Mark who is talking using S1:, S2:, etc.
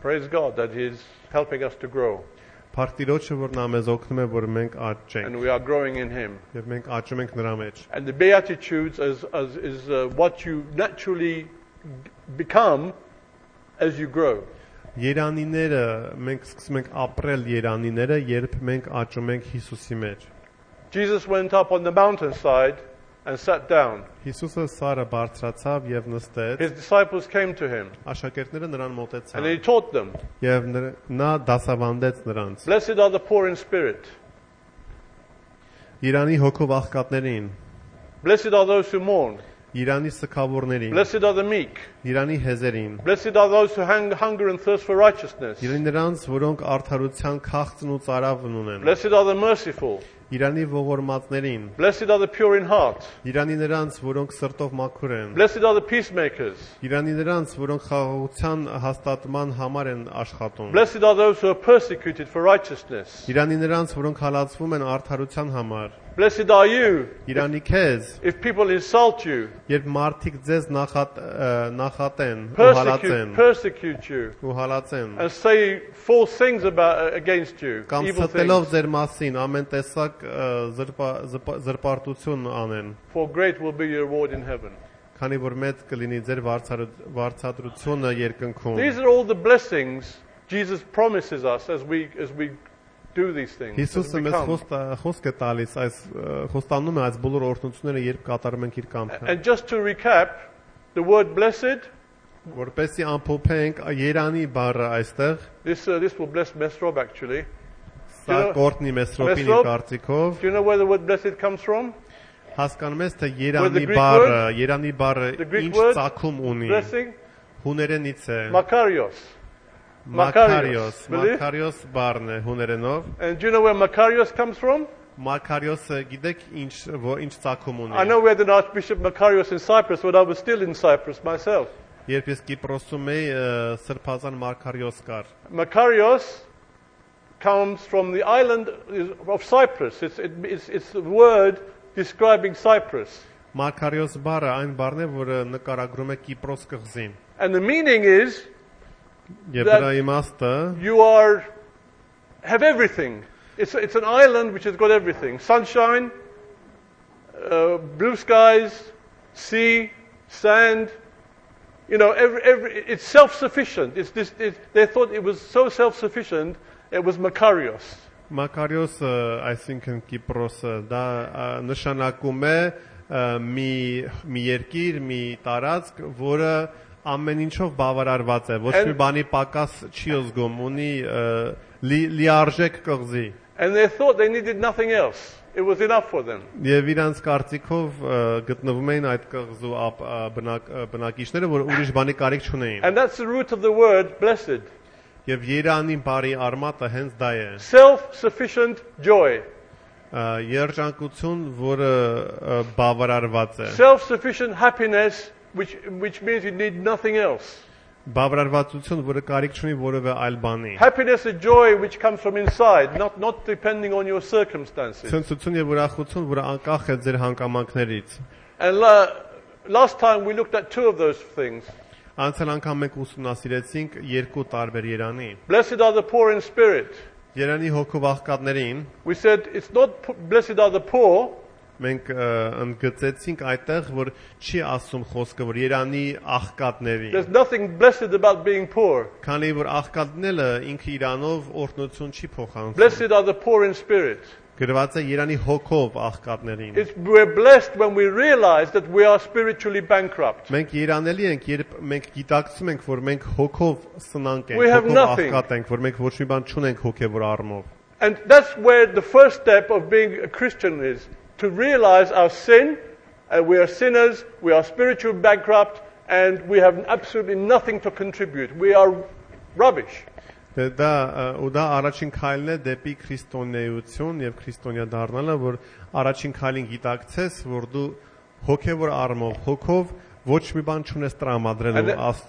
S1: Praise God that He is helping us to grow,
S2: Փառք Տիրոջը, որ նա մեզ օգնում է, որ մենք աճենք
S1: and we are growing in Him.
S2: եւ մենք աճում ենք նրա մեջ։
S1: And the Beatitudes is, is, is uh, what you naturally become as you grow.
S2: Երանիները, մենք սկսում ենք ապրել երանիները, երբ մենք աճում ենք Հիսուսի մեջ։
S1: Jesus went up on the mountainside and sat down.
S2: Հիսուսը Սարը բարձրացավ եւ նստեց։
S1: His disciples came to him
S2: Աշակերտները նրան
S1: and
S2: մոտեցան
S1: he taught them,
S2: եւ նր- նա դասավանդեց նրանց։
S1: Blessed are the poor in spirit.
S2: Իրանի հոգով աղքատներին,
S1: Blessed are those who mourn.
S2: Իրանի սքավորներին,
S1: Blessed are the meek.
S2: Իրանի հեզերին,
S1: Blessed are those who hang, hunger and thirst for righteousness.
S2: Իրանի նրանց, որոնք արդարության քաղցն ու ծարավն ունեն,
S1: Blessed are the merciful.
S2: Իրանի ողորմածներին,
S1: Blessed are the pure in heart.
S2: Իրանի նրանց, որոնք սրտով մաքուր են,
S1: Blessed are the peacemakers.
S2: Իրանի նրանց, որոնք խաղաղության հաստատման համար են աշխատում,
S1: Blessed are those who are persecuted for righteousness.
S2: Իրանի նրանց, որոնք հալածվում են արդարության համար,
S1: Blessed are you
S2: Իրանի քեզ,
S1: if people insult you,
S2: երբ մարդիկ ձեզ նախատ, ը, նախատեն ու
S1: persecute,
S2: հալածեն,
S1: persecute you,
S2: ու հալածեն,
S1: and say false things about uh, against you,
S2: կամ
S1: evil
S2: ստելով
S1: things.
S2: ձեր մասին ամեն տեսակ ը, զրպա- զպա- զրպարտություն անեն,
S1: For great will be your reward in heaven.
S2: քանի որ մեծ կլինի ձեր վարձարդ- վարձատրությունը երկնքում։
S1: These are all the blessings Jesus promises us as we as we do these things. as
S2: Հիսուսը
S1: we
S2: մեզ
S1: come.
S2: խոստ խոսք է տալիս այս ը, խոստանում է այս բոլոր օրհնությունները երբ կատարում ենք իր կամքը
S1: And just to recap, the word blessed,
S2: որպեսի ամփոփենք Երանի բառը այստեղ
S1: this uh, this will bless Mesrob actually.
S2: սա
S1: Երա-
S2: կորտնի մեսրոպին իր
S1: Մեսրոպ-
S2: կարծիքով
S1: Do you know where the word blessed comes from?
S2: հասկանում ես թե
S1: Where the
S2: Երանի
S1: Greek
S2: բառը
S1: word-
S2: Երանի բառը
S1: The Greek
S2: ինչ
S1: word-
S2: ցակում ունի
S1: Blessing?
S2: հուներենից է
S1: Makarios.
S2: Մակարիոս
S1: Մակարիոս, բլի։
S2: Մակարիոս բառն է հուներենով
S1: And do you know where Makarios comes from?
S2: Մակարիոսը գիտեք ինչ որ ինչ ցակում
S1: I
S2: ունի
S1: know where the Archbishop Makarios in Cyprus when I was still in Cyprus myself.
S2: երբ ես Կիպրոսում էի ը, սրբազան Մակարիոս կար
S1: Makarios comes from the island of Cyprus. It's, it, it's, it's the word describing Cyprus.
S2: Մարկարիոս բարը այն բարն է, որը նկարագրում է Կիպրոս կղզին։
S1: And the meaning is
S2: Եվ
S1: Դա-
S2: դրա իմաստը
S1: you are, have everything. It's, it's an island which has got everything sunshine, uh, blue skies, sea, sand. You know, every, every, it's self sufficient. It's this, it, they thought it was so self sufficient, it was Makarios.
S2: Մակարիոսը, այսինքն Կիպրոսը, դա ա, նշանակում է ա, մի մի երկիր, մի տարածք, որը ամեն ինչով բավարարված է, ոչ
S1: Էլ-
S2: մի բանի պակաս չի զգում, ունի ա, լի- լիարժեք կղզի։
S1: And they thought they needed nothing else. It was enough for them.
S2: Եվ իրանց կարծիքով ա, գտնվում էին այդ կղզու ապ- ա, բնակ ա, բնակիչները, որ ուրիշ բանի կարիք չունեին։
S1: And that's the root of the word blessed.
S2: Եվ Երանի բարի արմատը հենց դա է։
S1: Self sufficient joy.
S2: Ա, երջանկություն, որը ա, բավարարված է։
S1: Self sufficient happiness, which, which means you need nothing else.
S2: Բավարարվածություն, որը կարիք չունի որևէ այլ բանի։
S1: Happiness and joy which comes from inside, not, not depending on your circumstances.
S2: Ցնծություն եւ ուրախություն, որը անկախ է ձեր հանգամանքներից։
S1: And la- last time we looked at two of those things.
S2: Անցյալ անգամ մենք ուսումնասիրեցինք երկու տարբեր Երանի։
S1: Blessed are the poor in spirit.
S2: Երանի հոգու աղքատներին
S1: We said it's not p- blessed are the poor,
S2: մենք ա, ընդգծեցինք այդտեղ, որ չի ասում խոսքը, որ Երանի աղքատների։
S1: there's nothing blessed about being poor.
S2: Քանի որ աղքատնելը ինքը իրանով օրհնություն չի փոխանցում։
S1: Blessed are the poor in spirit.
S2: Գրված է Երանի հոգով աղքատներին։
S1: It's, we're blessed when we realize that we are spiritually bankrupt.
S2: Մենք երանելի ենք, երբ մենք գիտակցում ենք, որ մենք հոգով սնանկ ենք,
S1: We have
S2: հոգով
S1: nothing.
S2: աղքատ ենք, որ մենք ոչ մի բան չունենք հոգևոր առումով։
S1: And that's where the first step of being a Christian is to realize our sin, and we are sinners, we are spiritually bankrupt, and we have absolutely nothing to contribute. We are rubbish.
S2: Դե դա ը, ու դա առաջին քայլն է դեպի քրիստոնեություն եւ քրիստոնյա դառնալը, որ առաջին քայլին գիտակցես, որ դու հոգևոր առումով, հոգով ոչ մի բան չունես տրամադրելու
S1: Այդ-
S2: Աստծո